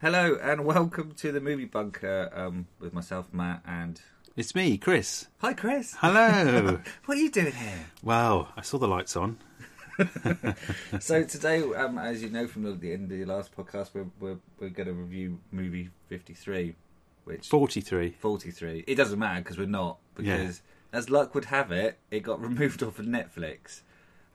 Hello and welcome to the Movie Bunker um, with myself, Matt, and It's me, Chris. hi, Chris. Hello. What are you doing here? wow, I saw the lights on. so today, um, as you know from the, the end of the last podcast, we're we're, we're going to review movie fifty three, which 43. forty three. It doesn't matter because we're not because as luck would have it, it got removed off of Netflix,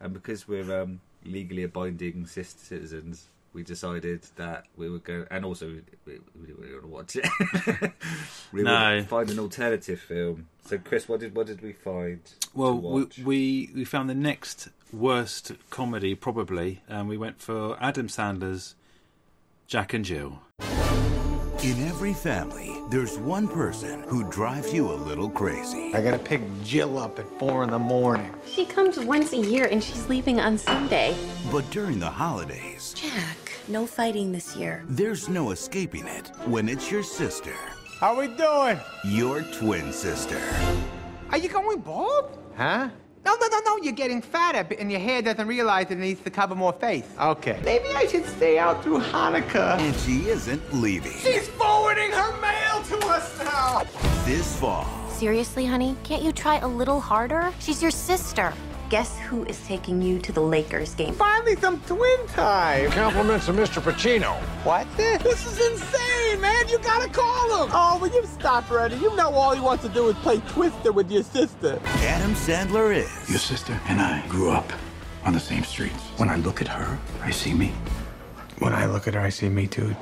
and because we're um, legally abiding cis- citizens. We decided that we were going, and also we, we, we didn't really want to watch it. we were No. gonna find an alternative film. So, Chris, what did what did we find? Well, to we, watch? we we found the next worst comedy probably, and we went for Adam Sandler's Jack and Jill. In every family, there's one person who drives you a little crazy. I gotta pick Jill up at four in the morning. She comes once a year and she's leaving on Sunday. But during the holidays, Jack, no fighting this year. there's no escaping it when it's your sister, How we doing? your twin sister. Are you going bald? Huh? No, no, no, no. You're getting fatter, b- and your hair doesn't realize it needs to cover more face. Okay. Maybe I should stay out through Hanukkah. And she isn't leaving. She's forwarding her mail to us now. This fall, Seriously, honey, can't you try a little harder? She's your sister. Guess who is taking you to the Lakers game? Finally, some twin time. Compliments of Mr. Pacino. What? This is insane, man. You gotta call him. Oh, will you stop already? You know all he wants to do is play Twister with your sister. Adam Sandler is Your sister and I grew up on the same streets. When I look at her, I see me. When I look at her, I see me too.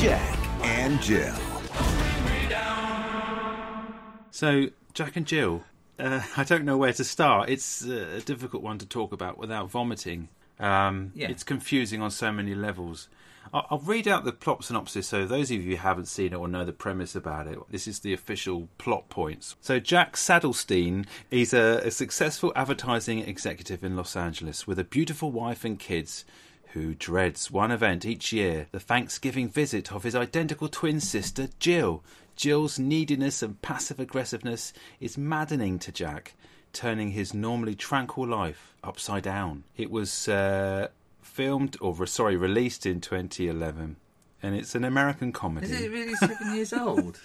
Jack and Jill. So Jack and Jill, uh, I don't know where to start. It's uh, a difficult one to talk about without vomiting. Um, Yeah. It's confusing on so many levels. I'll, I'll read out the plot synopsis so those of you who haven't seen it or know the premise about it, this is the official plot points. So, Jack Saddlestein is a, a successful advertising executive in Los Angeles with a beautiful wife and kids who dreads one event each year the Thanksgiving visit of his identical twin sister, Jill. Jill's neediness and passive aggressiveness is maddening to Jack turning his normally tranquil life upside down. It was uh, filmed, or re- sorry, released in 2011, and it's an American comedy. Is it really seven years old?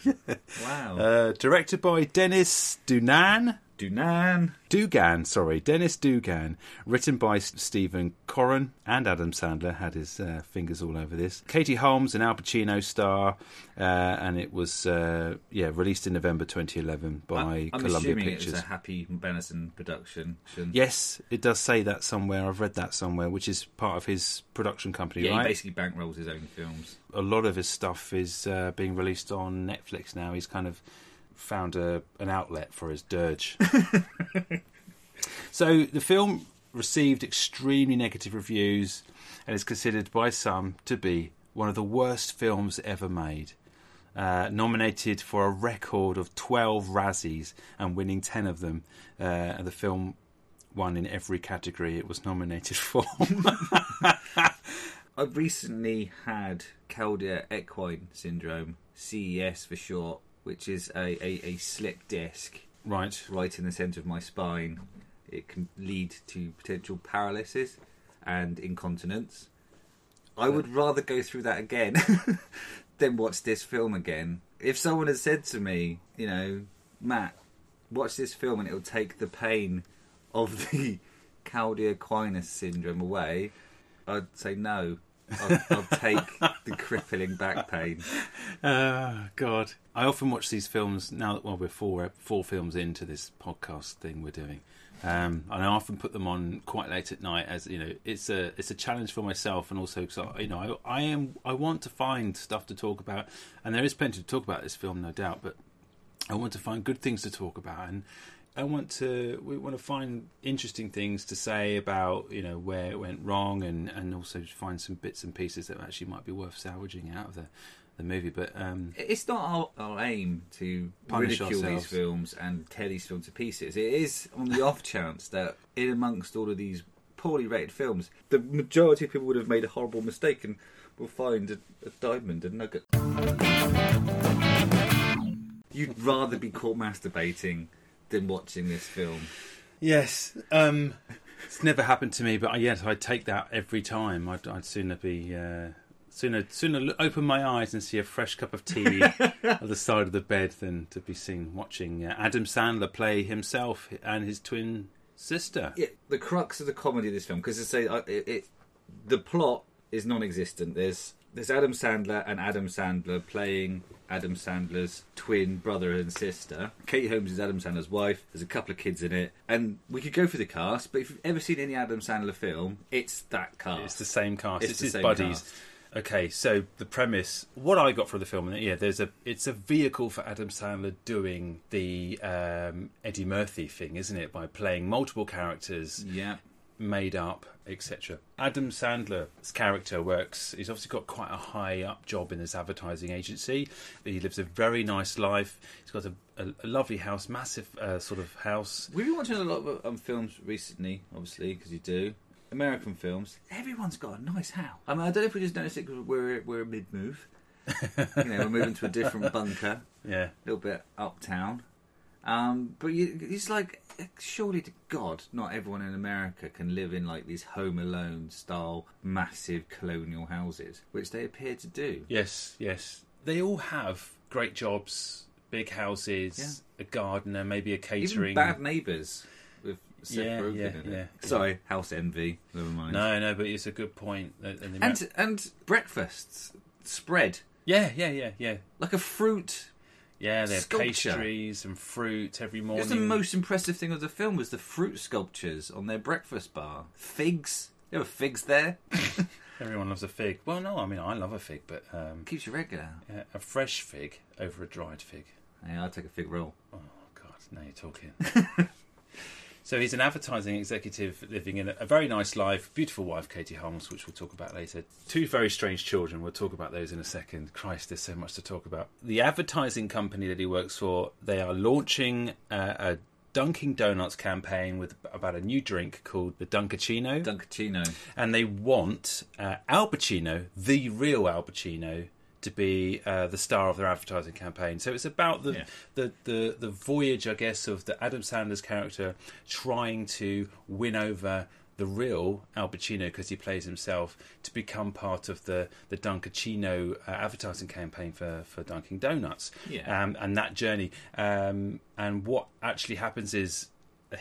Wow. uh, directed by Dennis Dunan. Dunan. Dugan, sorry, Dennis Dugan, written by S- Stephen Corran and Adam Sandler, had his uh, fingers all over this. Katie Holmes, an Al Pacino star, uh, and it was uh, yeah released in November 2011 I'm by Columbia assuming Pictures. it was a Happy Benison production. Yes, it does say that somewhere. I've read that somewhere, which is part of his production company, Yeah, he right? basically bankrolls his own films. A lot of his stuff is uh, being released on Netflix now. He's kind of found a, an outlet for his dirge. so the film received extremely negative reviews and is considered by some to be one of the worst films ever made. Uh, nominated for a record of 12 Razzies and winning 10 of them. Uh, and the film won in every category it was nominated for. I've recently had Calder Equine Syndrome, CES for short, which is a, a, a slip disc right. right in the centre of my spine. It can lead to potential paralysis and incontinence. I would rather go through that again than watch this film again. If someone had said to me, you know, Matt, watch this film and it'll take the pain of the Caldia Aquinas syndrome away, I'd say no. I'll, I'll take the crippling back pain. Oh God! I often watch these films now that well we're four four films into this podcast thing we're doing, um, and I often put them on quite late at night as you know it's a it's a challenge for myself and also because you know I, I am I want to find stuff to talk about and there is plenty to talk about this film no doubt but I want to find good things to talk about and I want to we want to find interesting things to say about you know where it went wrong and and also find some bits and pieces that actually might be worth salvaging out of the the movie but um it's not our, our aim to Punish ridicule ourselves. these films and tear these films to pieces. It is on the off chance that in amongst all of these poorly rated films, the majority of people would have made a horrible mistake and will find a, a diamond, a nugget. You'd rather be caught masturbating than watching this film. yes um it's never happened to me but I, yes I take that every time I'd, I'd sooner be uh Sooner, sooner l- open my eyes and see a fresh cup of tea on the side of the bed than to be seen watching uh, Adam Sandler play himself and his twin sister. yeah, the crux of the comedy of this film because say I- uh, it, it the plot is non-existent. There's there's Adam Sandler and Adam Sandler playing Adam Sandler's twin brother and sister. Kate Holmes is Adam Sandler's wife. There's a couple of kids in it, and we could go through the cast. But if you've ever seen any Adam Sandler film, it's that cast. It's the same cast. It's It's, the his same buddies. cast. Okay, so the premise, what I got from the film, yeah, there's a, it's a vehicle for Adam Sandler doing the um, Eddie Murphy thing, isn't it? By playing multiple characters, yeah. made up, etc. Adam Sandler's character works. He's obviously got quite a high up job in his advertising agency. He lives a very nice life. He's got a, a, a lovely house, massive uh, sort of house. We've been watching a lot of um, films recently, obviously, because you do. American films. Everyone's got a nice house. I mean, I don't know if we just noticed it because we're, we're mid move. you know, we're moving to a different bunker, Yeah, a little bit uptown. Um, but you, it's like, surely to God, not everyone in America can live in like these Home Alone style massive colonial houses, which they appear to do. yes, yes. They all have great jobs, big houses, a gardener, maybe a catering. Even bad neighbours with Seth Yeah, Rogen yeah, in it. yeah. Sorry, house envy. Never mind. no, no, but it's a good point. uh, that- that they and might- and breakfasts spread yeah, yeah, yeah, yeah, like a fruit. yeah. They have Sculpture. pastries and fruit every It morning. was the most impressive thing of the film was the fruit sculptures on their breakfast bar. Figs, there were figs there. Everyone loves a fig. Well, no, I mean I love a fig, but um, Keeps you regular. yeah, a fresh fig over a dried fig. Yeah, I'll take a fig roll. Oh God, now you're talking. so he's an advertising executive living in a, a very nice life, beautiful wife Katie Holmes, which we'll talk about later. Two very strange children. We'll talk about those in a second. Christ, there's so much to talk about. The advertising company that he works for, they are launching uh, a Dunkin' Donuts campaign with about a new drink called the Dunkachino Dunkachino. and they want uh, Al Pacino, the real Al Pacino, to be uh, the star of their advertising campaign. So it's about the, Yeah. the, the the voyage, I guess, of the Adam Sandler's character trying to win over the real Al Pacino because he plays himself to become part of the the Dunkachino uh, advertising campaign for for Dunkin' Donuts. Yeah. Um, and that journey. Um, and what actually happens is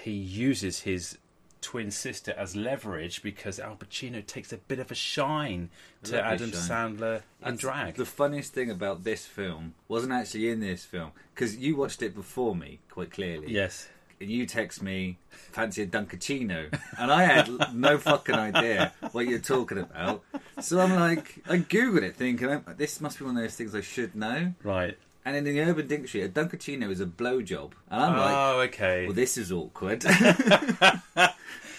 he uses his twin sister as leverage because Al Pacino takes a bit of a shine to lovely Adam shine. Sandler in That's drag. The funniest thing about this film wasn't actually in this film because you watched it before me, quite clearly. yes. and you text me fancy a dunkachino and i had l- no fucking idea what you're talking about so i'm like i googled it thinking "Oh, this must be one of those things i should know Right. and in the urban dictionary a dunkachino is a blowjob and i'm like oh, okay. well this is awkward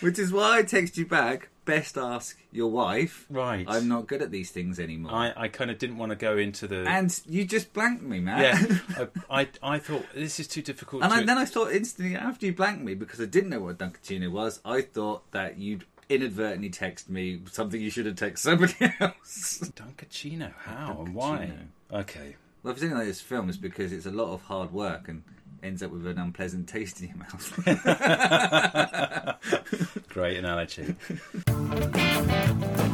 which is why i text you back best ask your wife Right. i'm not good at these things anymore I, I kind of didn't want to go into the. and you just blanked me man yeah. I, I, I thought this is too difficult. And to I, then I thought instantly after you blanked me because I didn't know what Dunkachino was. I thought that you'd inadvertently text me something you should have texted somebody else. Dunkachino. How and why? Okay. well, if it's anything like this film, it's because it's a lot of hard work and ends up with an unpleasant taste in your mouth. Great analogy.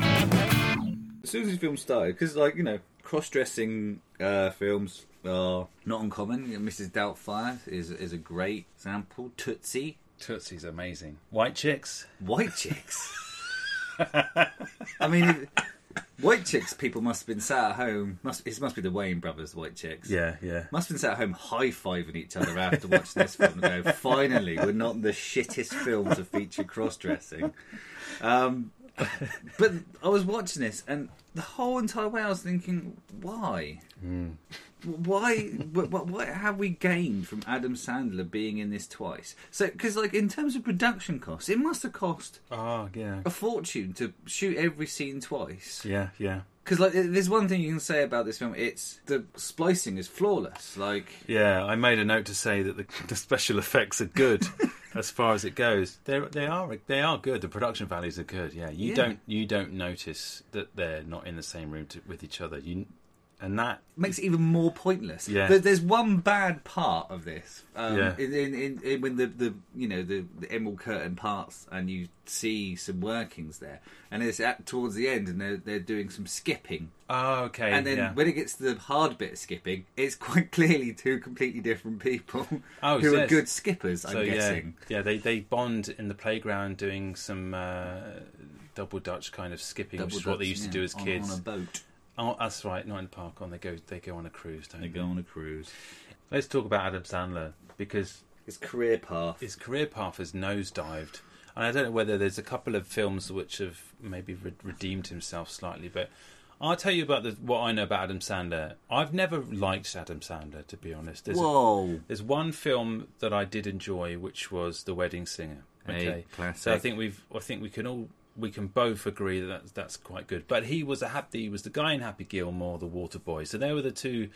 as soon as this film started, because like you know, cross-dressing uh, films are not uncommon. You know, Mrs. Doubtfire is is a great example. Tootsie, Tootsie's amazing. White chicks. white chicks. I mean. if- White chicks people must have been sat at home. Must it must be the Wayne brothers, white chicks. Yeah, yeah. Must have been sat at home high fiving each other after watching this film and go, finally, we're not the shittest film to feature cross dressing. Um, but I was watching this and the whole entire way I was thinking, why? Why? What, what, what have we gained from Adam Sandler being in this twice? So, because like in terms of production costs, it must have cost Oh, yeah. a fortune to shoot every scene twice. Yeah, yeah. Because like, there's one thing you can say about this film: it's the splicing is flawless. Like, Yeah, I made a note to say that the, the special effects are good as far as it goes. They they are they are good. The production values are good. Yeah, you Yeah. don't you don't notice that they're not in the same room to, with each other. You and that makes it even more pointless. Yeah. There- there's one bad part of this. Um, Yeah. in, in, in, in when the, the you know the, the emerald curtain parts and you see some workings there, and it's at towards the end, and they're they're doing some skipping, oh okay and then yeah. when it gets to the hard bit of skipping, it's quite clearly two completely different people Oh, who are yes. good skippers. I'm so yeah guessing. yeah they they bond in the playground doing some uh, double dutch kind of skipping which is what they ducks, used yeah, to do as on- kids on a boat. oh that's right not in the park on they go they go on a cruise don't they, They go on a cruise. let's talk about adam sandler because His career path. his career path has nosedived. And I don't know whether there's a couple of films which have maybe re- redeemed himself slightly, but I'll tell you about the, what I know about Adam Sandler. I've never liked Adam Sandler, to be honest. There's, a- Whoa. there's one film that I did enjoy, which was The Wedding Singer. Hey, so I classic. think we've, I think we can all, we can both agree that that's, that's quite good. But he was a happy, he was the guy in Happy Gilmore, The Waterboy. So they were the two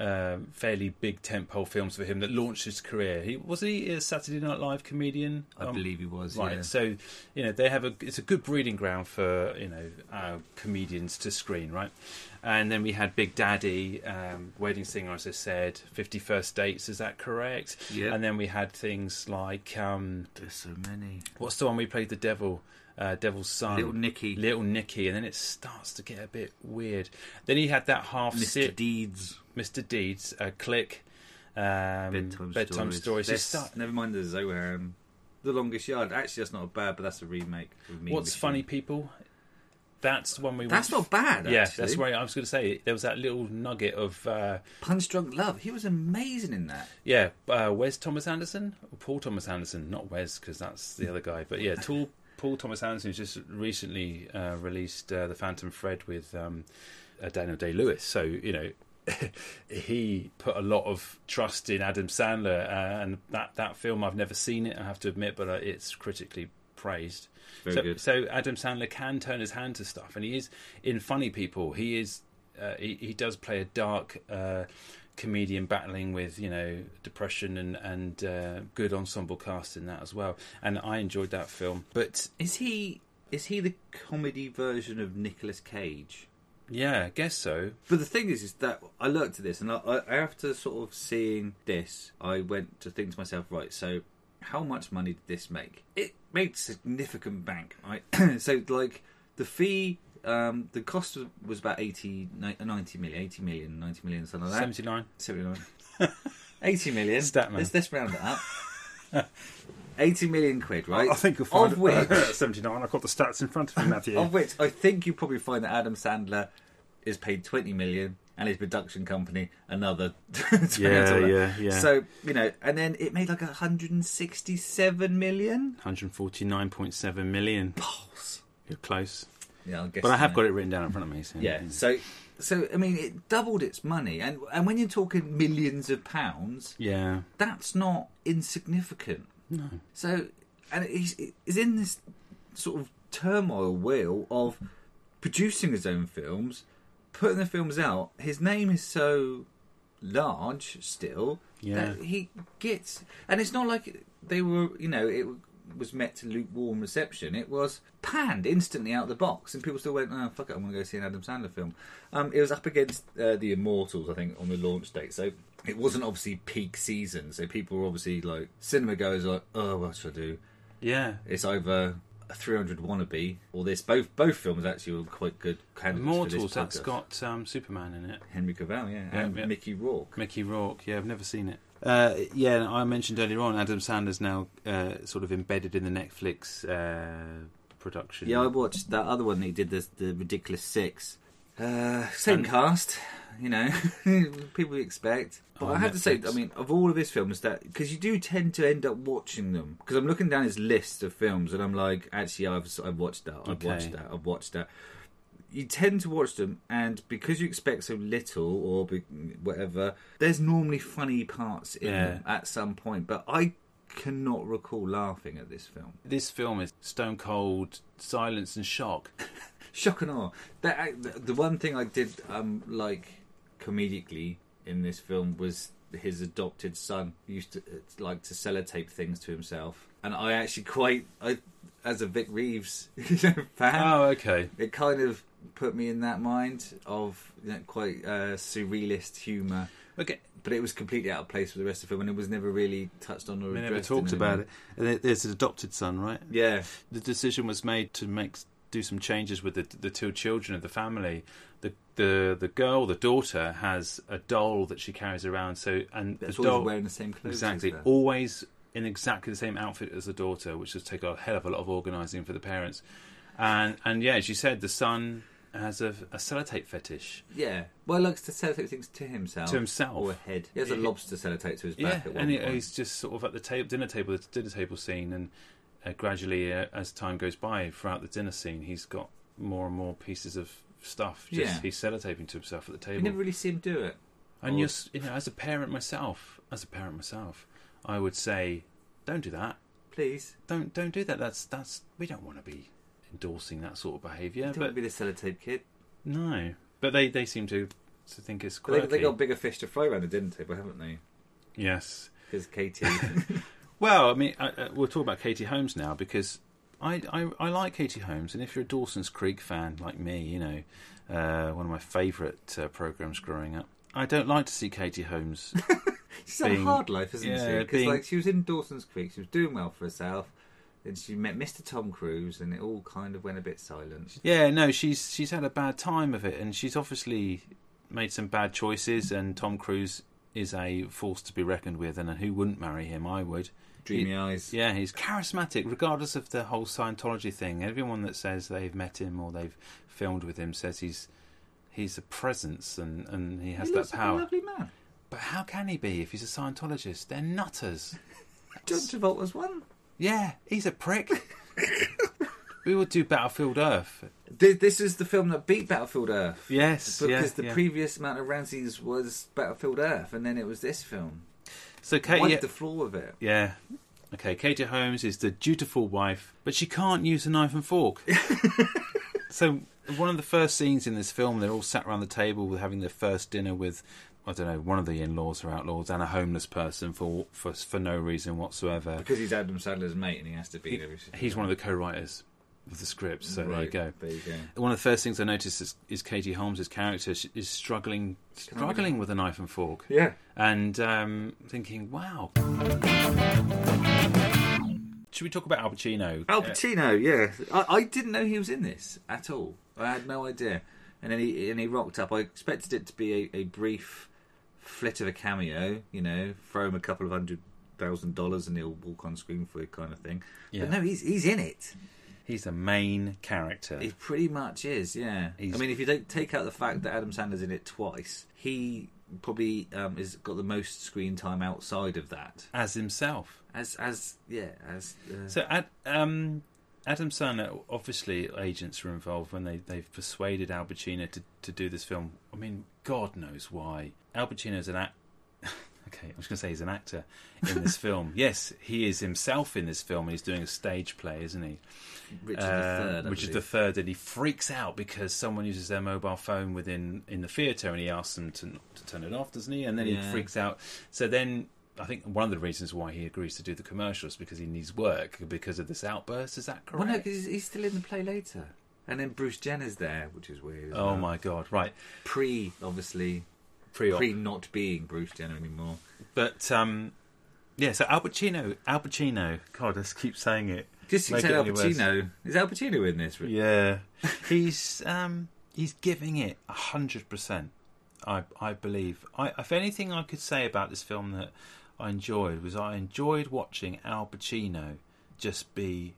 um, fairly big tentpole films for him that launched his career. He was he a Saturday Night Live comedian. Um, I believe he was, Right, yeah. so you know they have a it's a good breeding ground for you know our comedians to screen, right? And then we had Big Daddy, um, Wedding Singer, as I said, Fifty First Dates. Is that correct? Yeah. And then we had things like um, There's so many. what's the one we played the devil uh, devil's son Little Nicky. little nicky and then it starts to get a bit weird then he had that half Mr. sit- Deeds. mr deeds uh, click um, bedtime, bedtime stories, He This- start- never mind the Zohan. The Longest Yard. Actually, that's not bad, but that's a remake. Of Mean what's Machine. funny people that's the one we That's watched- not bad. yeah actually. that's right i was going to say there was that little nugget of uh, Punch Drunk Love. He was amazing in that. yeah uh, where's thomas anderson or paul thomas anderson not wes because that's the other guy but yeah tall paul thomas anderson who's just recently uh, released uh, the phantom fred with um, uh, daniel day lewis so you know he put a lot of trust in adam sandler uh, and that, that film i've never seen it i have to admit but uh, it's critically praised Very so, good. so adam sandler can turn his hand to stuff and he is in funny people he is uh, he, he does play a dark uh, comedian battling with you know depression and and uh, good ensemble cast in that as well and i enjoyed that film but Is he? Is he the comedy version of Nicolas Cage? yeah i guess so But the thing is, is that I looked at this, and I, I, after sort of seeing this, I went to think to myself, right? So, how much money did this make? It made significant bank, right? so, like the fee, um, the cost was about 80, ni- 90 million, 80 million, 90 million, something like that. 79 79. 80 million. Statman. Let's, let's round it up. 80 million quid, right? of which, 79 i've got the stats in front of me matthew of which I think you probably find that Adam Sandler is paid 20 million and his production company another 20 Yeah, million. yeah, yeah. So, you know, and then it made like 167 million. 149.7 million you're close Yeah, I'll guess. but i have got it written down in front of me so Yeah. So so I mean it doubled its money and and when you're talking millions of pounds, yeah that's not insignificant. No. So, and he's, he's in this sort of turmoil wheel of producing his own films, putting the films out. His name is so large still Yeah. that he gets, and it's not like they were, you know, it was met to lukewarm reception. It was panned instantly out of the box, and people still went, "Oh fuck it, I'm going to go see an Adam Sandler film." Um, it was up against uh, The Immortals, I think, on the launch date, so it wasn't obviously peak season. So people were obviously like, cinema goes like, "Oh, what should I do?" yeah It's either a 300 wannabe or this. Both both films actually were quite good candidates. for Mortals, this that's podcast. got um, Superman in it. Henry Cavill, yeah, Yeah, and yeah. Mickey Rourke. Mickey Rourke, yeah, I've never seen it. Uh, yeah, and I mentioned earlier on, Adam Sandler's now uh, sort of embedded in the Netflix uh, production. Yeah, I watched that other one that he did, the, the Ridiculous Six. Uh, same cast, you know, people you expect. But On I have to Netflix. say, I mean, of all of his films, that because you do tend to end up watching them. Because I'm looking down his list of films, and I'm like, actually, I've I've watched that, I've watched Okay. that, I've watched that. You tend to watch them, and because you expect so little or be, whatever, there's normally funny parts in Yeah. them at some point. But I cannot recall laughing at this film. This film is Stone Cold, Silence and Shock. shock and awe. That I- the, the one thing I did um like comedically in this film was his adopted son used to uh, like to sellotape things to himself, and I actually quite I as a Vic Reeves you know, fan, Oh, okay. it kind of put me in that mind of you know, quite uh, surrealist humour. Okay, But it was completely out of place with the rest of the film, and it was never really touched on or we never addressed talked in about any- it. And it- there's an adopted son, right? Yeah, The decision was made to make do some changes with the the two children of the family. The the the girl, the daughter, has a doll that she carries around. So and it's always the doll wearing the same clothes. as exactly her. always in exactly the same outfit as the daughter, which does take a hell of a lot of organising for the parents. And and yeah, as you said, the son has a, a sellotape fetish. Yeah. Well, he likes to sellotape things to himself. To himself. Or a head. He has a He- lobster sellotape to his Yeah, back at one and he, point. he's just sort of at the table, dinner table, the dinner table scene, and uh, gradually, uh, as time goes by, throughout the dinner scene, he's got more and more pieces of stuff. Just Yeah. he's sellotaping to himself at the You table. never really see him do it. and you're, s- you know, as a parent myself, as a parent myself, I would say, don't do that. Please. Don't don't do that. That's that's we don't want to be endorsing that sort of behaviour. Don't But be the sellotape kid. no, but they they seem to to think it's They, quirky. they got bigger fish to fry around the dinner table, haven't they? yes. Because Katie. Well, I mean, I, uh, we'll talk about Katie Holmes now because I, I I like Katie Holmes, and if you're a Dawson's Creek fan like me, you know, uh, one of my favourite uh, programs growing up. I don't like to see Katie Holmes. she's had a Being- hard life, isn't she? yeah, Because being- like, she was in Dawson's Creek, she was doing well for herself. Then she met Mr. Tom Cruise, and it all kind of went a bit silent. yeah, no, she's she's had a bad time of it, and she's obviously made some bad choices. And Tom Cruise is a force to be reckoned with, and who wouldn't marry him? I would. Dreamy He- eyes. Yeah, he's charismatic, regardless of the whole Scientology thing. Everyone that says they've met him or they've filmed with him says he's he's a presence and, and he has he that looks like a power. lovely man. But how can he be if he's a Scientologist? They're nutters. John Travolta's one. Yeah, he's a prick. we would do Battlefield Earth. Th- This is the film that beat Battlefield Earth. Yes, Because yeah, the yeah. previous amount of Ramses was Battlefield Earth, and then it was this film. so Kate, Wiped yeah, the floor with it. yeah. Okay, Katie Holmes is the dutiful wife, but she can't use a knife and fork. so one of the first scenes in this film, they're all sat around the table with having their first dinner with, I don't know, one of the in-laws or outlaws and a homeless person for for for no reason whatsoever. Because he's Adam Sandler's mate, and he has to be. there. He's one of the co-writers of the script, so there you go. There you go. One of the first things I noticed is, is Katie Holmes' character sh- is struggling struggling with a knife and fork. Yeah. and um, thinking, wow. Should we talk about Al Pacino? Al Uh, Pacino, yeah, I, I didn't know he was in this at all. I had no idea, and then he and he rocked up. I expected it to be a, a brief flit of a cameo, you know, throw him a couple of hundred thousand dollars and he'll walk on screen for you, kind of thing. Yeah. But no, he's he's in it. he's the main character. He pretty much is, yeah. He's- I mean, if you don't take out the fact that Adam Sandler's in it twice, he probably um, has got the most screen time outside of that. as himself. As as yeah, as uh, So, Ad, um, Adam Sandler, obviously, agents were involved when they, they've persuaded Al Pacino to, to do this film. I mean, God knows why. Al Pacino's an act. okay, I was going to say he's an actor in this film. Yes, he is himself in this film. He's doing a stage play, isn't he? Richard Uh, III, I which is the believe. third, and he freaks out because someone uses their mobile phone within in the theatre, and he asks them to, not to turn it off, doesn't he? And then he Yeah. freaks out. So then, I think one of the reasons why he agrees to do the commercials because he needs work because of this outburst. Is that Well, no, correct? 'cause he's, he's still in the play later, and then Bruce Jenner's there, which is weird. isn't oh it? my god! Right, Pre, obviously, pre-op. pre not being Bruce Jenner anymore. but um, yeah. So Al Pacino, Al Pacino. God, I just keep saying it. Just Make said it Al any worse. Pacino. Is Al Pacino in this? Yeah, he's um, he's giving it a hundred percent. I I believe. I if anything I could say about this film that I enjoyed was I enjoyed watching Al Pacino just be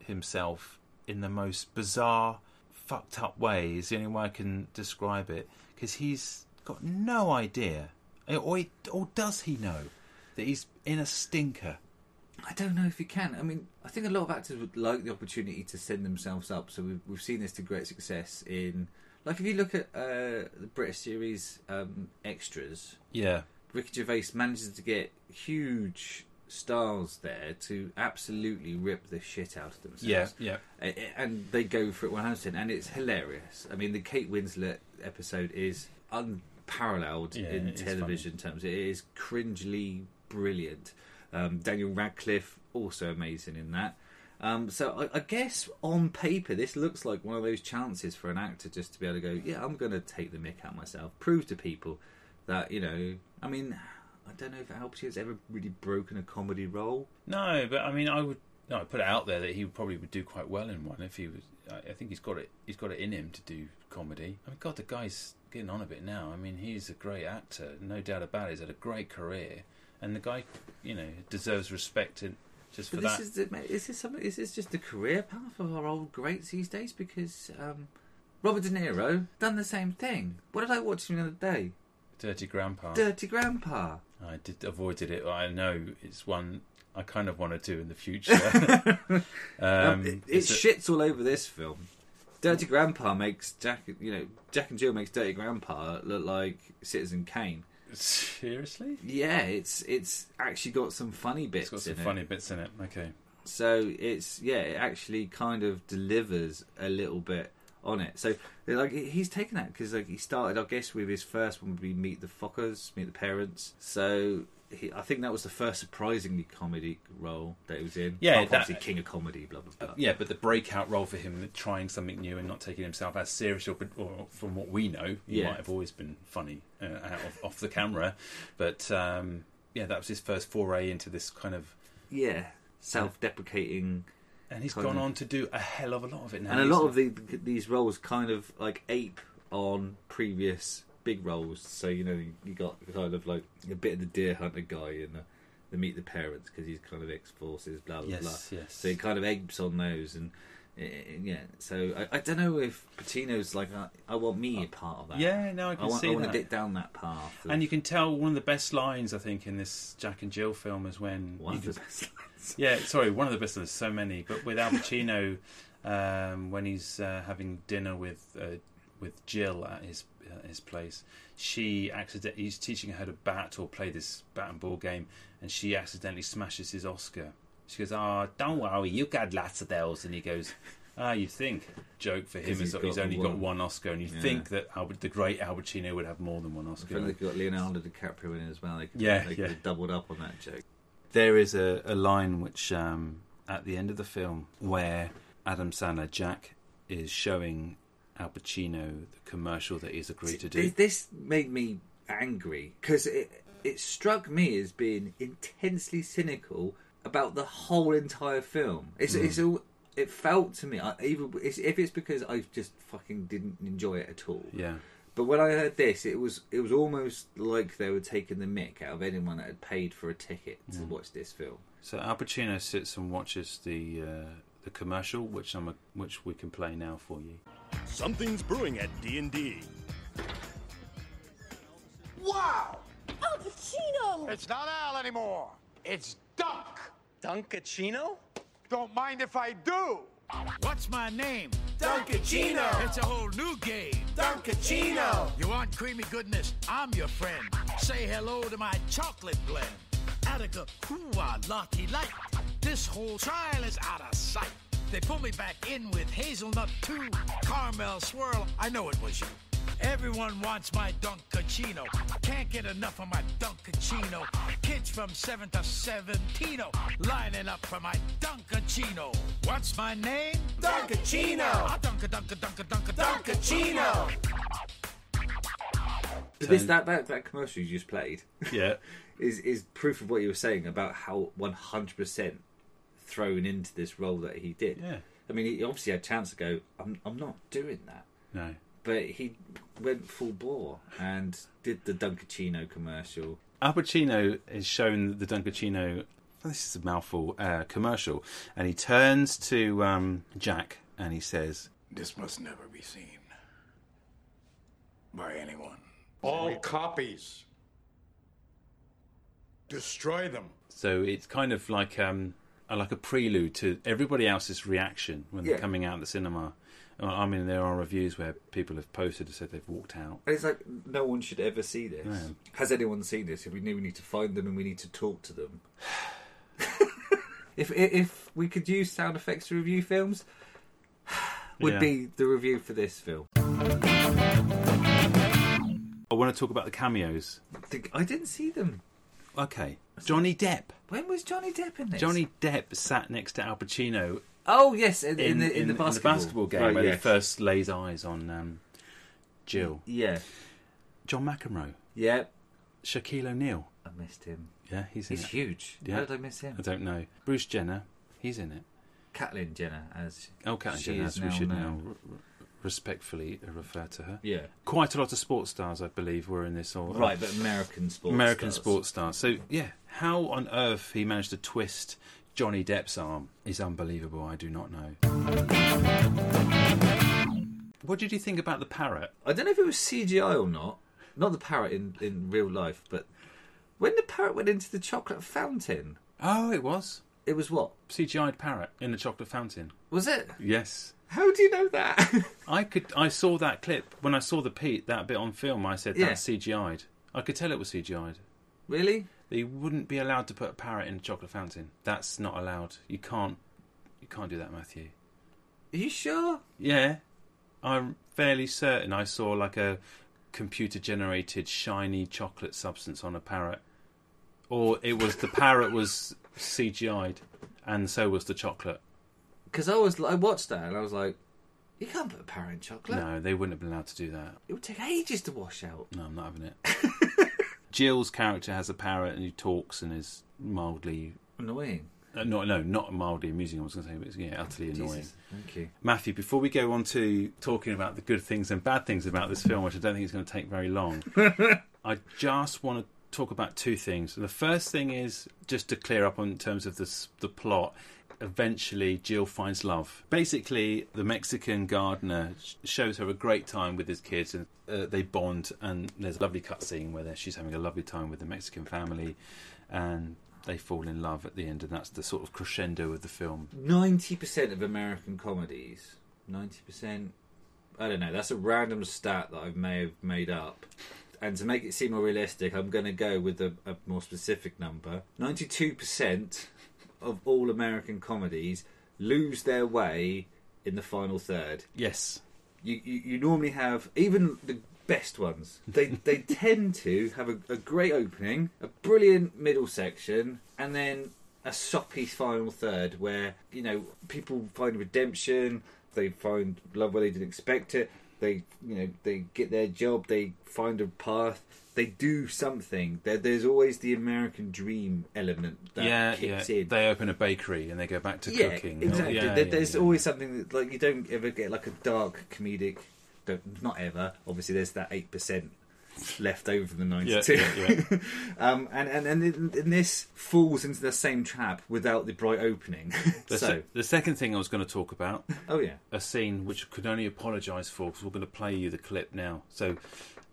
himself in the most bizarre, fucked up way. Is the only way I can describe it because he's got no idea, or he, or does he know that he's in a stinker? I don't know if you can. I mean, I think a lot of actors would like the opportunity to send themselves up. So we've, we've seen this to great success in, like, if you look at uh, the British series um, Extras, Yeah, Ricky Gervais manages to get huge stars there to absolutely rip the shit out of themselves. yeah, yeah. A- a- and they go for it 100%, and it's hilarious. I mean, the Kate Winslet episode is unparalleled Yeah, in it is television terms. It is cringily brilliant. Um, Daniel Radcliffe also amazing in that. Um, so I, I guess on paper, this looks like one of those chances for an actor just to be able to go, yeah, I'm going to take the mick out myself, prove to people that you know. I mean, I don't know if Al Pacino's ever really broken a comedy role. No, but I mean, I would. No, I put it out there that he probably would do quite well in one if he was. I I think he's got it. He's got it in him to do comedy. I mean, God, the guy's getting on a bit now. I mean, he's a great actor, no doubt about it. He's had a great career, and the guy, you know, deserves respect in, just So for this that. is the- mate, is this something? Is this just the career path of our old greats these days? Because um, Robert De Niro done the same thing. What did I watch the other day? Dirty Grandpa. Dirty Grandpa. I did avoided it. I know it's one I kind of want to do in the future. Um, Mm, it it it's a- shits all over this film. Dirty Grandpa makes Jack, you know, Jack and Jill makes Dirty Grandpa look like Citizen Kane. Seriously? Yeah, it's it's actually got some funny bits. It's got some in it. funny bits in it. Okay. So it's yeah, it actually kind of delivers a little bit on it. So like he's taken that because like he started, I guess, with his first one would be Meet the Fockers, Meet the Parents. So he, I think that was the first surprisingly comedy role that he was in. Yeah, Apart from that- obviously King of Comedy, blah blah blah. Yeah, but the breakout role for him, trying something new and not taking himself as serious, or, or from what we know, he Yeah. might have always been funny uh, out of, off the camera. But um, yeah, that was his first foray into this kind of. yeah, self-deprecating. And he's Kind gone of. on to do a hell of a lot of it now. and a lot of the the, these roles kind of like ape on previous big roles. So you know you got kind of like a bit of the Deer Hunter guy and the, the Meet the Parents because he's kind of ex forces, blah blah Yes, blah. yes. So he kind of apes on those and. eh, Yeah, so I, I don't know if Patino's like I, I want me a part of that. Yeah, no, I can I want, see I want that. to get down that path. And you can tell one of the best lines I think in this Jack and Jill film is when one you of can the best lines. Yeah, sorry, one of the best. There's so many, but with Al Pacino, um, when he's uh, having dinner with uh, with Jill at his uh, his place, she accident he's teaching her to bat or play this bat and ball game, and she accidentally smashes his Oscar. She goes, "Ah, don't worry, you got lots of those," and he goes. Ah, you think joke for him Because is he's that he's got only got one. one Oscar, and you Yeah. think that Albert, the great Al Pacino would have more than one I think Oscar. they've got Leonardo DiCaprio in it as well. They could, Yeah, they could yeah. have doubled up on that joke. there is a, a line which um, at the end of the film where Adam Sandler Jack is showing Al Pacino the commercial that he's agreed to do. Th- This made me angry because it it struck me as being intensely cynical about the whole entire film. It's Mm. it's all. It felt to me, I, even it's, if it's because I just fucking didn't enjoy it at all. Yeah. But when I heard this, it was it was almost like they were taking the mick out of anyone that had paid for a ticket to Mm. watch this film. So Al Pacino sits and watches the uh, the commercial, which I'm a, which we can play now for you. Something's brewing at D&D. Wow! Al Pacino! It's not Al anymore. It's Dunk. Dunkachino? Don't mind if I do. What's my name? Dunkachino. It's a whole new game. Dunkachino. You want creamy goodness? I'm your friend. Say hello to my chocolate blend. Attica, hoo-ah, lottie light. This whole trial is out of sight. They pull me back in with hazelnut too. Caramel swirl, I know it was you. Everyone wants my Dunkachino. Can't get enough of my Dunkachino. Kids from 7 to 17 lining up for my Dunkachino. What's my name? Dunkachino. I dunka dunka dunka dunka Dunkachino. But this that, that that commercial you just played Yeah. is is proof of what you were saying about how 100% thrown into this role that he did. Yeah. I mean, he obviously had a chance to go, I'm, I'm not doing that. No. But he went full bore and did the Dunkachino commercial. Al Pacino is shown the Dunkachino. This is a mouthful uh, commercial, and he turns to um, Jack and he says, This must never be seen by anyone. All copies. Destroy them. So it's kind of like um, a- like a prelude to everybody else's reaction when they're Yeah. coming out of the cinema. Well, I mean, there are reviews where people have posted and said they've walked out. And it's like, no one should ever see this. Has anyone seen this? If we knew we need to find them and we need to talk to them. if, if we could use sound effects to review films, would Yeah. be the review for this film. I want to talk about the cameos. think I didn't see them. Okay. Johnny Depp. When was Johnny Depp in this? Johnny Depp sat next to Al Pacino Oh yes, in, in, the, in, the, in basketball. game Right, where yes. he first lays eyes on um, Jill. Yeah, John McEnroe. yeah. Shaquille O'Neal. I missed him. Yeah, he's in He's it. huge. Yeah. How did I miss him? I don't know. Bruce Jenner. He's in it. Catelyn Jenner as Oh, Catelyn she Jenner, is as we should now known. r- r- respectfully refer to her. Yeah. Quite a lot of sports stars, I believe, were in this. Or Right, but American sports. American stars. sports stars. So yeah, how on earth he managed to twist Johnny Depp's arm is unbelievable. I do not know. What did you think about the parrot? I don't know if it was CGI or not. Not the parrot in, in real life, but when the parrot went into the chocolate fountain, Oh, it was it was what? CGI'd parrot in a chocolate fountain. Was it? Yes. How do you know that? I could. I saw that clip when I saw the Pete that bit on film. I said Yeah. that's CGI'd. I could tell it was CGI'd. really? They wouldn't be allowed to put a parrot in a chocolate fountain. That's not allowed. You can't. You can't do that, Matthew. Are you sure? Yeah, I'm fairly certain. I saw like a computer-generated shiny chocolate substance on a parrot, or it was the parrot was CGI'd, and so was the chocolate. Because I was, I watched that and I was like, you can't put a parrot in chocolate. No, they wouldn't have been allowed to do that. It would take ages to wash out. No, I'm not having it. Jill's character has a parrot and he talks and is mildly. Annoying. Uh, no, no, not mildly amusing. I was going to say, but it's, yeah, utterly annoying. Jesus. Thank you. Matthew, before we go on to talking about the good things and bad things about this film, which I don't think is going to take very long, I just want to talk about two things. The first thing is just to clear up on terms of this, the plot. Eventually, Jill finds love. Basically, the Mexican gardener sh- shows her a great time with his kids, and uh, they bond. And there's a lovely cutscene where they're- she's having a lovely time with the Mexican family, and they fall in love at the end. And that's the sort of crescendo of the film. ninety percent of American comedies, ninety percent. I don't know. That's a random stat that I may have made up. And to make it seem more realistic, I'm going to go with a, a more specific number. Ninety-two percent of all American comedies lose their way in the final third. Yes, You you, you normally have even the best ones. They they tend to have a, a great opening, a brilliant middle section, and then a soppy final third where you know people find redemption, they find love where they didn't expect it. They you know they get their job, they find a path. They do something. There, there's always the American dream element that yeah, kicks yeah. in. They open a bakery and they go back to yeah, cooking. Exactly. Yeah, there, yeah, there's yeah. always something that, like you don't ever get like a dark comedic. don't- Not ever. Obviously, there's that eight percent left over from the Yeah, ninety-two, yeah, yeah. um, and and and, it- and this falls into the same trap without the bright opening. The, so, se- the second thing I was going to talk about oh yeah, a scene which I could only apologise for because we're going to play you the clip now. So,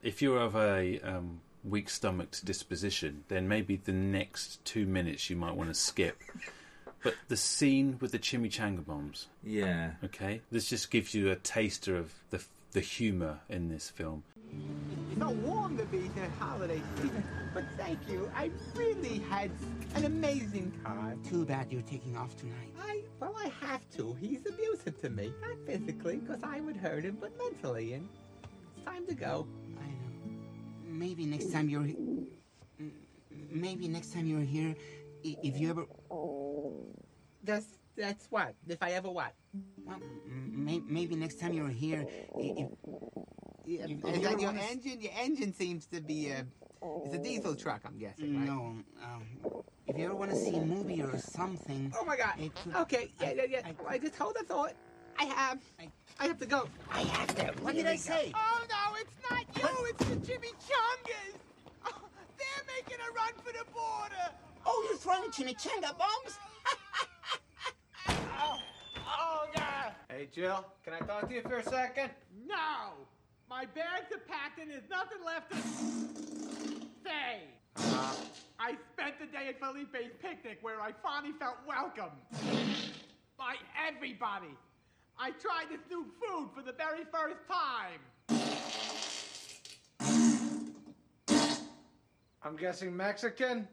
if you're of a um, weak stomached disposition, then maybe the next two minutes you might want to skip. But the scene with the chimichanga bombs, yeah. okay, this just gives you a taster of the the humour in this film. So warm to be in holiday season. But thank you. I really had an amazing time. Too bad you're taking off tonight. I well, I have to. He's abusive to me. Not physically, because I would hurt him, but mentally. And it's time to go. I know. Maybe next time you're. he- m- Maybe next time you're here, i- if you ever. That's that's what. If I ever what. Well, m- may- maybe next time you're here, i- if. Yeah, if and you that ever your wanna s- engine, your engine seems to be a. It's a diesel truck, I'm guessing, right? No. Um, if you ever want to see a movie or something. Oh my god. it could- Okay, yeah, yeah, yeah. I, just hold that thought. I have. I have to go. I have to. What did I say? Oh no, it's not you. It's the Jimmy Chungas. Oh, they're making a run for the border. Oh, you're throwing chimichanga bombs? Oh, oh god. Hey, Jill, can I talk to you for a second? No, my bags are packed and there's nothing left to say. Uh-huh. I spent the day at Felipe's picnic where I finally felt welcome by everybody. I tried this new food for the very first time. I'm guessing Mexican?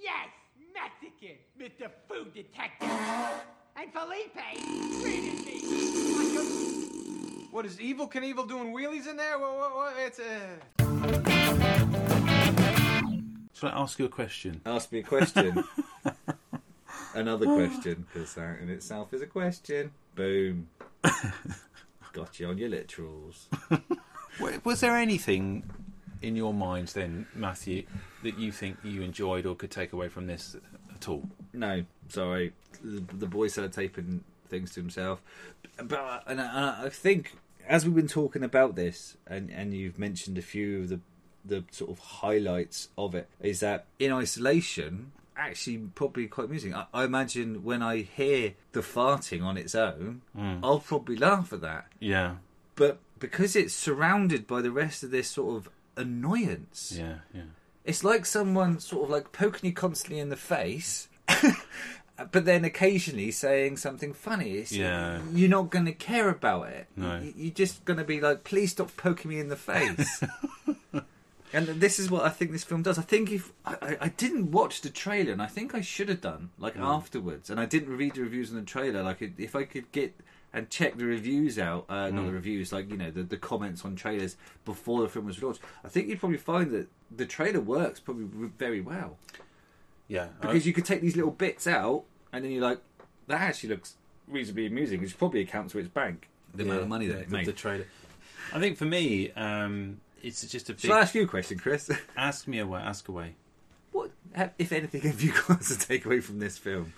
Yes, Mexican, Mr. Food Detective. And Felipe treated me like a What is Evil Knievel doing wheelies in there? What, what, what? It's, uh... Shall I ask you a question? Ask me a question. Another question, because that in itself is a question. Boom. Got you on your literals. W- Was there anything in your mind then, Matthew, that you think you enjoyed or could take away from this at all? No, sorry. The, the boy started taping things to himself. But and I, and I think as we've been talking about this, and and you've mentioned a few of the the sort of highlights of it, is that in isolation, actually probably quite amusing. I, I imagine when I hear the farting on its own, Mm. I'll probably laugh at that. Yeah. But because it's surrounded by the rest of this sort of annoyance, Yeah, yeah. it's like someone sort of like poking you constantly in the face, but then occasionally saying something funny. It's, Yeah. You're not going to care about it. No. Y- You're just going to be like, please stop poking me in the face. and this is what I think this film does. I think if I, I- I didn't watch the trailer, and I think I should have done like Mm. afterwards, and I didn't read the reviews on the trailer. Like it- if I could get and check the reviews out, uh, not Mm. the reviews, like you know the, the comments on trailers before the film was launched. I think you'd probably find that the trailer works probably re- very well Yeah. because you could take these little bits out, and then you're like, that actually looks reasonably amusing, which probably accounts for its bank. The amount of money that yeah, it the, made. the trailer. I think for me, um, it's just a big. Shall I ask you a question, Chris? ask me away. Ask away. What, ha- if anything, have you got to take away from this film?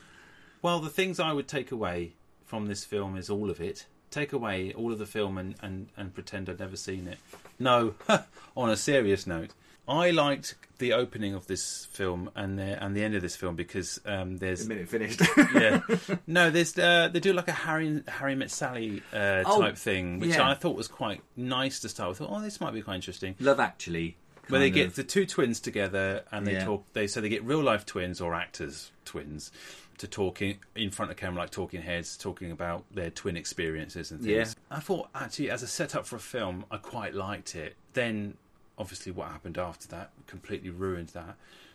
Well, the things I would take away from this film is all of it. Take away all of the film and, and, and pretend I'd never seen it. No, on a serious note, I liked the opening of this film and the and the end of this film because um, there's The minute finished. yeah, no, there's uh, they do like a Harry Harry Met Sally uh, Oh, type thing, which yeah. I thought was quite nice to start with. I thought, oh, this might be quite interesting. Love Actually, where they kind get of. the two twins together and they Yeah. talk. They so they get real life twins or actors twins to talk in, in front of camera like talking heads, talking about their twin experiences and things. I thought actually as a setup for a film, I quite liked it. Then obviously what happened after that completely ruined that.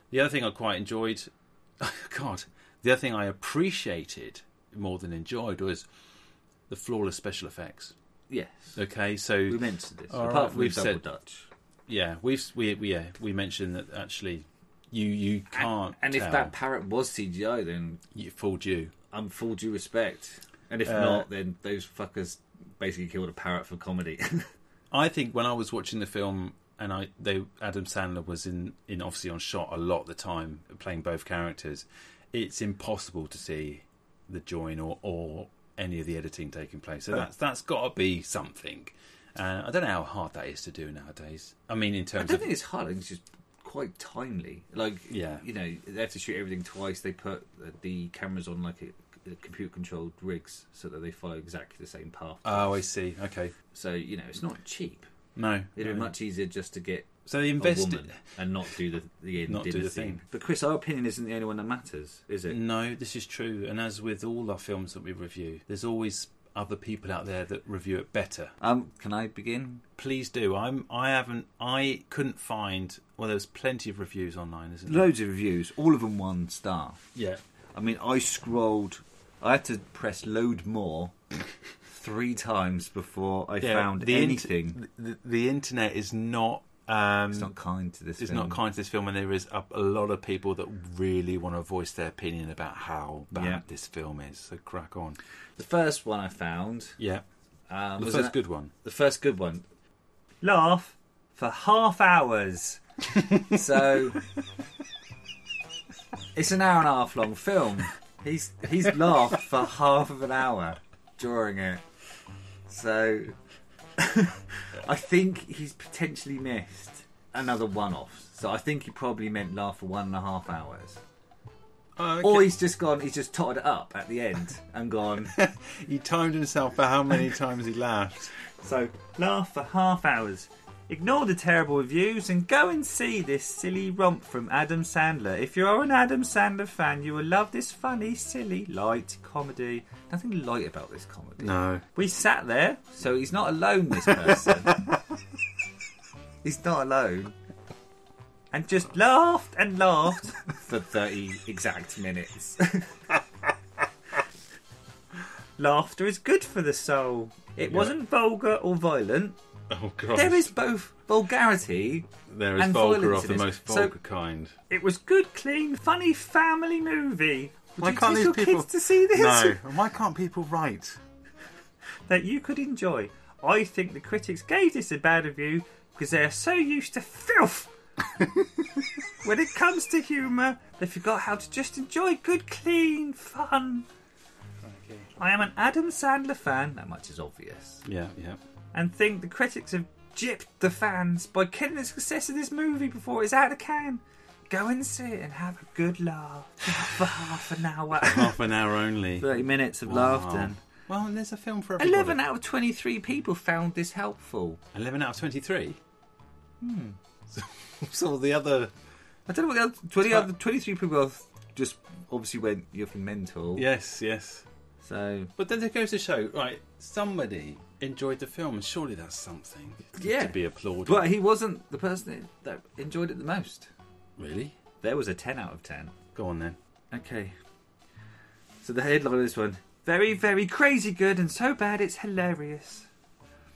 The other thing I quite enjoyed, God, the other thing I appreciated more than enjoyed was the flawless special effects. Yes. Okay, so We mentioned this, All apart right, from we've the double said Dutch. Yeah, we've we, we yeah we mentioned that actually you you can't And if tell. that parrot was CGI, then you fooled you. I'm full due respect. And if Uh, not, then those fuckers basically killed a parrot for comedy. I think when I was watching the film and I they Adam Sandler was in in obviously on shot a lot of the time playing both characters, it's impossible to see the join or or any of the editing taking place. So Oh. that's that's got to be something. Uh, I don't know how hard that is to do nowadays. I mean, in I terms don't of think it's hard. I think it's just quite timely. Like, Yeah. you know, they have to shoot everything twice. They put uh, the cameras on like a, a computer-controlled rigs so that they follow exactly the same path. oh, I see. Okay, So you know, it's not cheap. no, It'd be no. much easier just to get So they invested- a woman and not do the the end Not do dinner the thing. Mm. thing. But Chris, our opinion isn't the only one that matters, is it? No, this is true. And as with all our films that we review, there's always other people out there that review it better. Um, can I begin? Please do. I'm. I haven't. I couldn't find. Well, there's plenty of reviews online, isn't there? Loads of reviews, all of them one star. Yeah. I mean, I scrolled. I had to press load more three times before I Yeah, found the int- anything. the, the internet is not. Um, it's not kind to this. It's film. not kind to this film, and there is a, a lot of people that really want to voice their opinion about how bad Yeah. this film is. So crack on. The first one I found. Yeah. Um, The was first an- good one. The first good one. Laugh for half hours. so it's an hour and a half long film. He's he's laughed for half of an hour during it. So I think he's potentially missed another one off. So I think he probably meant laugh for one and a half hours. Oh, okay. Or he's just gone, he's just totted it up at the end and gone. he timed himself for how many times he laughed. So, laugh for half hours. Ignore the terrible reviews and go and see this silly romp from Adam Sandler. If you are an Adam Sandler fan, you will love this funny, silly, light comedy. Nothing light about this comedy. No. We sat there, so he's not alone, this person. he's not alone. And just laughed and laughed for 30 exact minutes. Laughter is good for the soul. It Yeah. wasn't vulgar or violent. Oh, Christ. There is both vulgarity. There is and vulgar violence of in the this. most So- vulgar kind. It was good, clean, funny family movie. Why Would you teach can't these your people- kids to see this? No. Why can't people write? that you could enjoy. I think the critics gave this a bad review because they are so used to filth. when it comes to humour, they forgot how to just enjoy good, clean fun. I am an Adam Sandler fan, that much is obvious, Yeah, yeah. and think the critics have gypped the fans by killing the success of this movie before it's out of can. Go and see it and have a good laugh for half an hour. Half an hour only. 30 minutes of laughter. Well, and there's a film for everybody. 11 out of 23 people found this helpful. 11 out of 23? Hmm. So the other. I don't know what the other, 20 other 23 people have just obviously went, you're fucking mental. Yes, yes. So. But then it goes to show, right, somebody enjoyed the film, and surely that's something Yeah. to be applauded. But he wasn't the person that enjoyed it the most. Really? There was a 10 out of 10. Go on then. Okay. So the headline of this one Very, very crazy good and so bad it's hilarious.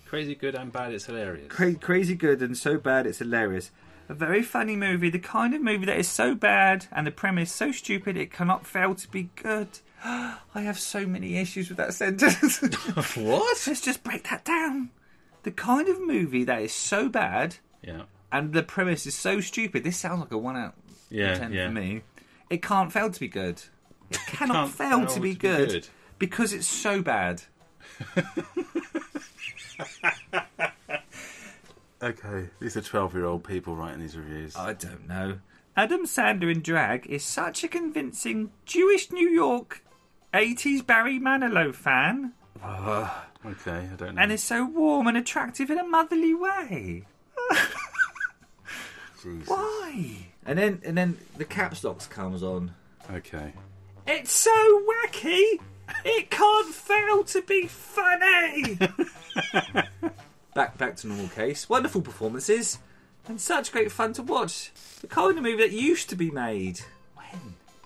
Crazy good and bad, it's hilarious. Cra- crazy good and so bad it's hilarious. A very funny movie, the kind of movie that is so bad and the premise so stupid it cannot fail to be good. I have so many issues with that sentence. what? Let's just break that down. The kind of movie that is so bad Yeah. and the premise is so stupid. This sounds like a one out of Yeah, ten yeah. for me. It can't fail to be good. It cannot can't fail, to fail be to be good, good. because it's so bad. Okay, these are 12 year old people writing these reviews. I don't know. Adam Sandler in drag is such a convincing Jewish New York 80s Barry Manilow fan okay, I don't know. and is so warm and attractive in a motherly way. Why? And then and then the caps locks comes on. Okay. It's so wacky, it can't fail to be funny. Back back to normal case. Wonderful performances and such great fun to watch. The kind of movie that used to be made.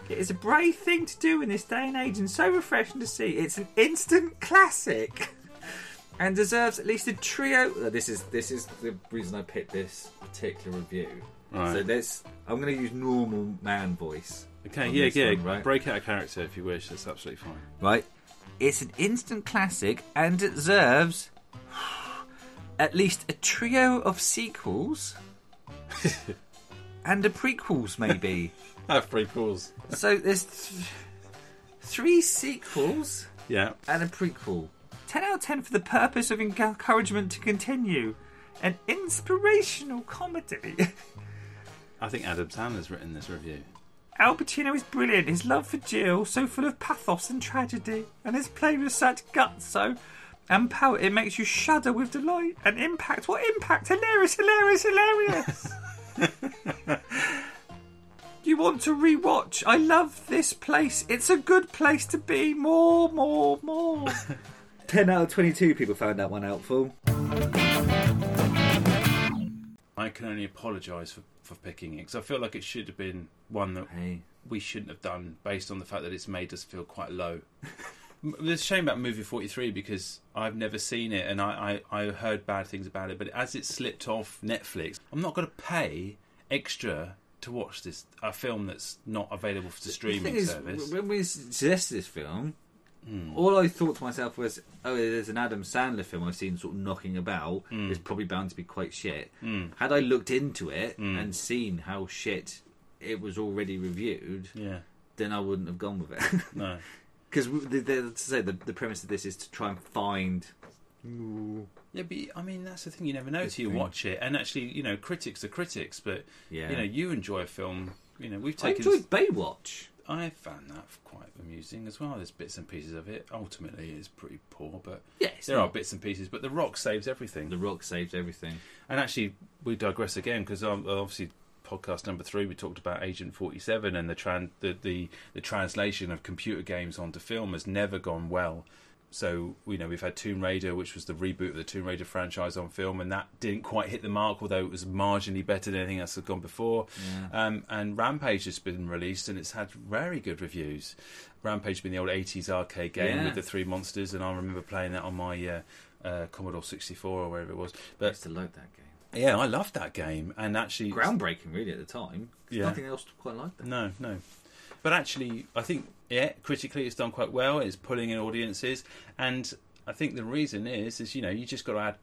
it is a brave thing to do in this day and age and so refreshing to see. It's an instant classic. and deserves at least a trio. uh, This is this is the reason I picked this particular review. Right. So this, I'm going to use normal man voice. Okay, on yeah, this yeah. one, right? Break out a character if you wish, that's absolutely fine. right. It's an instant classic and deserves at least a trio of sequels and a prequels, maybe. Have prequels. so there's th- three sequels Yeah. and a prequel. 10 out of 10 for the purpose of encouragement to continue. An inspirational comedy. I think Adam Sandler's written this review. Al Pacino is brilliant. His love for Jill, so full of pathos and tragedy, and his play with such gusto and power, it makes you shudder with delight and impact. What impact? Hilarious, hilarious, hilarious. you want to rewatch? I love this place. It's a good place to be. More, more, more. 10 out of 22 people found that one helpful. I can only apologise for, for picking it because I feel like it should have been one that we shouldn't have done based on the fact that it's made us feel quite low. M- There's a shame about movie 43 because I've never seen it and I, I, I heard bad things about it, but as it slipped off Netflix, I'm not going to pay extra to watch this a film that's not available for the streaming the thing is, service. w- when we suggested this film, all I thought to myself was, "Oh, there's an Adam Sandler film I've seen sort of knocking about. It's probably bound to be quite shit." Mm. Had I looked into it Mm. and seen how shit it was already reviewed, Yeah. then I wouldn't have gone with it. no, because to say the, the premise of this is to try and find. Yeah, but I mean that's the thing you never know Good till you thing. watch it, and actually, you know, critics are critics, but Yeah. you know, you enjoy a film. You know, we've I taken. enjoyed Baywatch. I found that quite amusing as well. There's bits and pieces of it. Ultimately, it's pretty poor, but Yeah, it's there not- are bits and pieces. But The Rock saves everything. The Rock saves everything. And actually, we digress again because obviously, podcast number three, we talked about Agent Forty Seven and the, tran- the the the translation of computer games onto film has never gone well. So you know we've had Tomb Raider, which was the reboot of the Tomb Raider franchise on film, and that didn't quite hit the mark, although it was marginally better than anything else that's gone before. Um, and Rampage has been released, and it's had very good reviews. Rampage being the old '80s arcade game Yeah. with the three monsters, and I remember playing that on my uh, uh, Commodore 64 or wherever it was. But I used to love that game. Yeah, I loved that game, and actually groundbreaking really at the time. 'cause Yeah. Nothing else quite like that. No, no. But actually, I think yeah, critically it's done quite well. It's pulling in audiences, and I think the reason is is you know you just got to add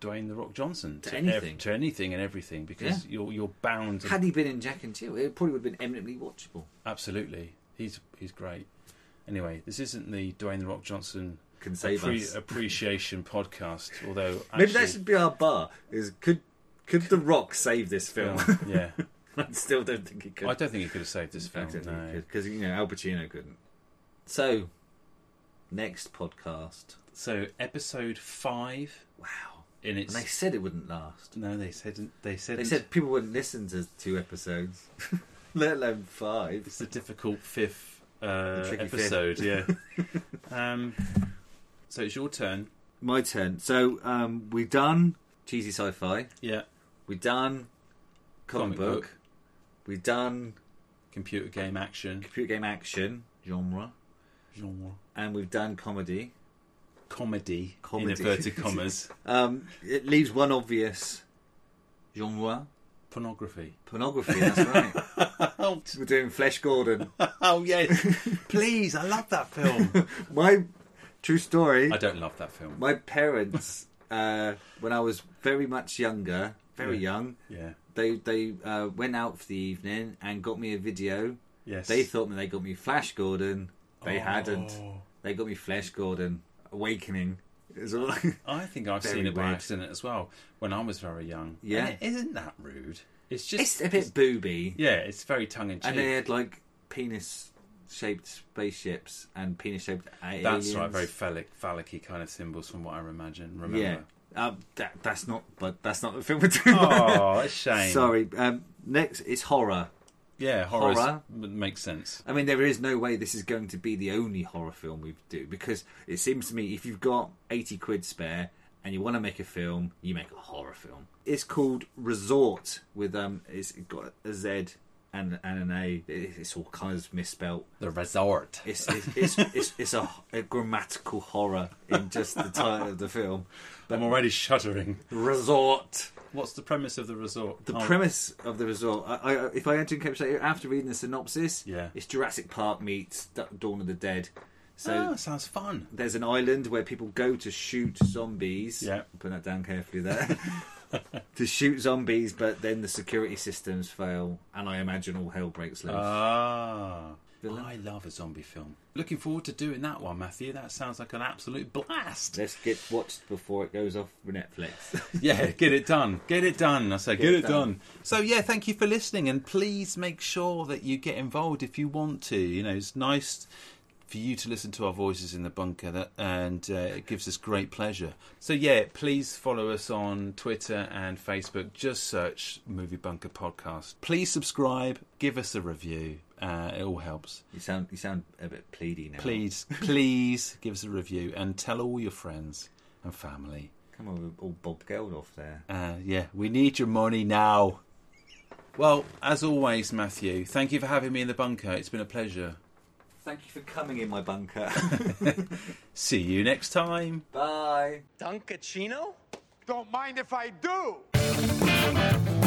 Dwayne the Rock Johnson To ev- anything. to anything and everything because Yeah. you're you're bound. To, Had he been in Jack and Jill, it probably would have been eminently watchable. Absolutely, he's he's great. Anyway, this isn't the Dwayne the Rock Johnson Can save appre- us. appreciation podcast. Although Maybe actually- that should be our bar. Is could could The Rock save this film? Yeah. I still don't think he could. I don't think he could have saved this film. no. because you know Al Pacino couldn't. So, next podcast. So episode five. Wow. In its, And they said it wouldn't last. No, they said they said They said people wouldn't listen to two episodes, let alone five. It's a difficult fifth uh, Tricky fifth. episode. Yeah. um, so it's your turn. My turn. So um, we done cheesy sci-fi. Yeah. We done comic, Comic book. book. We done computer game action. Computer game action genre. Genre. And we've done comedy. Comedy. Comedy. Inverted commas. um, it leaves one obvious genre. Pornography. Pornography. That's right. We're doing Flesh Gordon. oh yes, please! I love that film. My true story. I don't love that film. My parents, uh, when I was very much younger, very Yeah. young, Yeah. they they uh, went out for the evening and got me a video. Yes. They thought that they got me Flash Gordon. They Oh. hadn't. They got me Flash Gordon Awakening. Is all. I think I've Very seen it by weird. accident as well when I was very young. Yeah. And it isn't that rude. It's just It's a bit booby. Yeah, it's very tongue in cheek. And they had like penis shaped spaceships and penis shaped aliens. That's right, very phallic, phallic kind of symbols from what I imagine. Remember? Yeah. Um, that, that's not, but that's not the film we're doing. Oh, a shame. Sorry. Um, next is horror. Yeah, horror's- m- makes sense. I mean, there is no way this is going to be the only horror film we do because it seems to me if you've got eighty quid spare and you want to make a film, you make a horror film. It's called Resort with um, it's got a Z and and an A. It- It's all kinds of misspelt. The Resort. It's it's it's, it's, it's a, a grammatical horror in just the title of the film. I'm already shuddering. Resort. What's the premise of the resort? The Oh, premise of the resort, I, I, if I had to encapsulate it after reading the synopsis, Yeah. it's Jurassic Park meets Da- Dawn of the Dead. So Oh, sounds fun. there's an island where people go to shoot zombies. Yeah. put that down carefully there. to shoot zombies, but then the security systems fail, and I imagine all hell breaks Uh. loose. Ah. I love a zombie film. Looking forward to doing that one, Matthew. That sounds like an absolute blast. Let's get watched before it goes off for Netflix. yeah, get it done. Get it done. I say, get, Get it it done. So, yeah, thank you for listening. And please make sure that you get involved if you want to. You know, it's nice for you to listen to our voices in the bunker, that, and uh, it gives us great pleasure. So, yeah, please follow us on Twitter and Facebook. Just search Movie Bunker Podcast. Please subscribe, give us a review. Uh, it all helps. you sound you sound a bit pleady now. Please, please give us a review and tell all your friends and family. come on, all Bob Geldof there. Uh, yeah, we need your money now. Well, as always, Matthew, thank you for having me in the bunker. It's been a pleasure. Thank you for coming in my bunker. See you next time. Bye. Dunkachino? Don't mind if I do.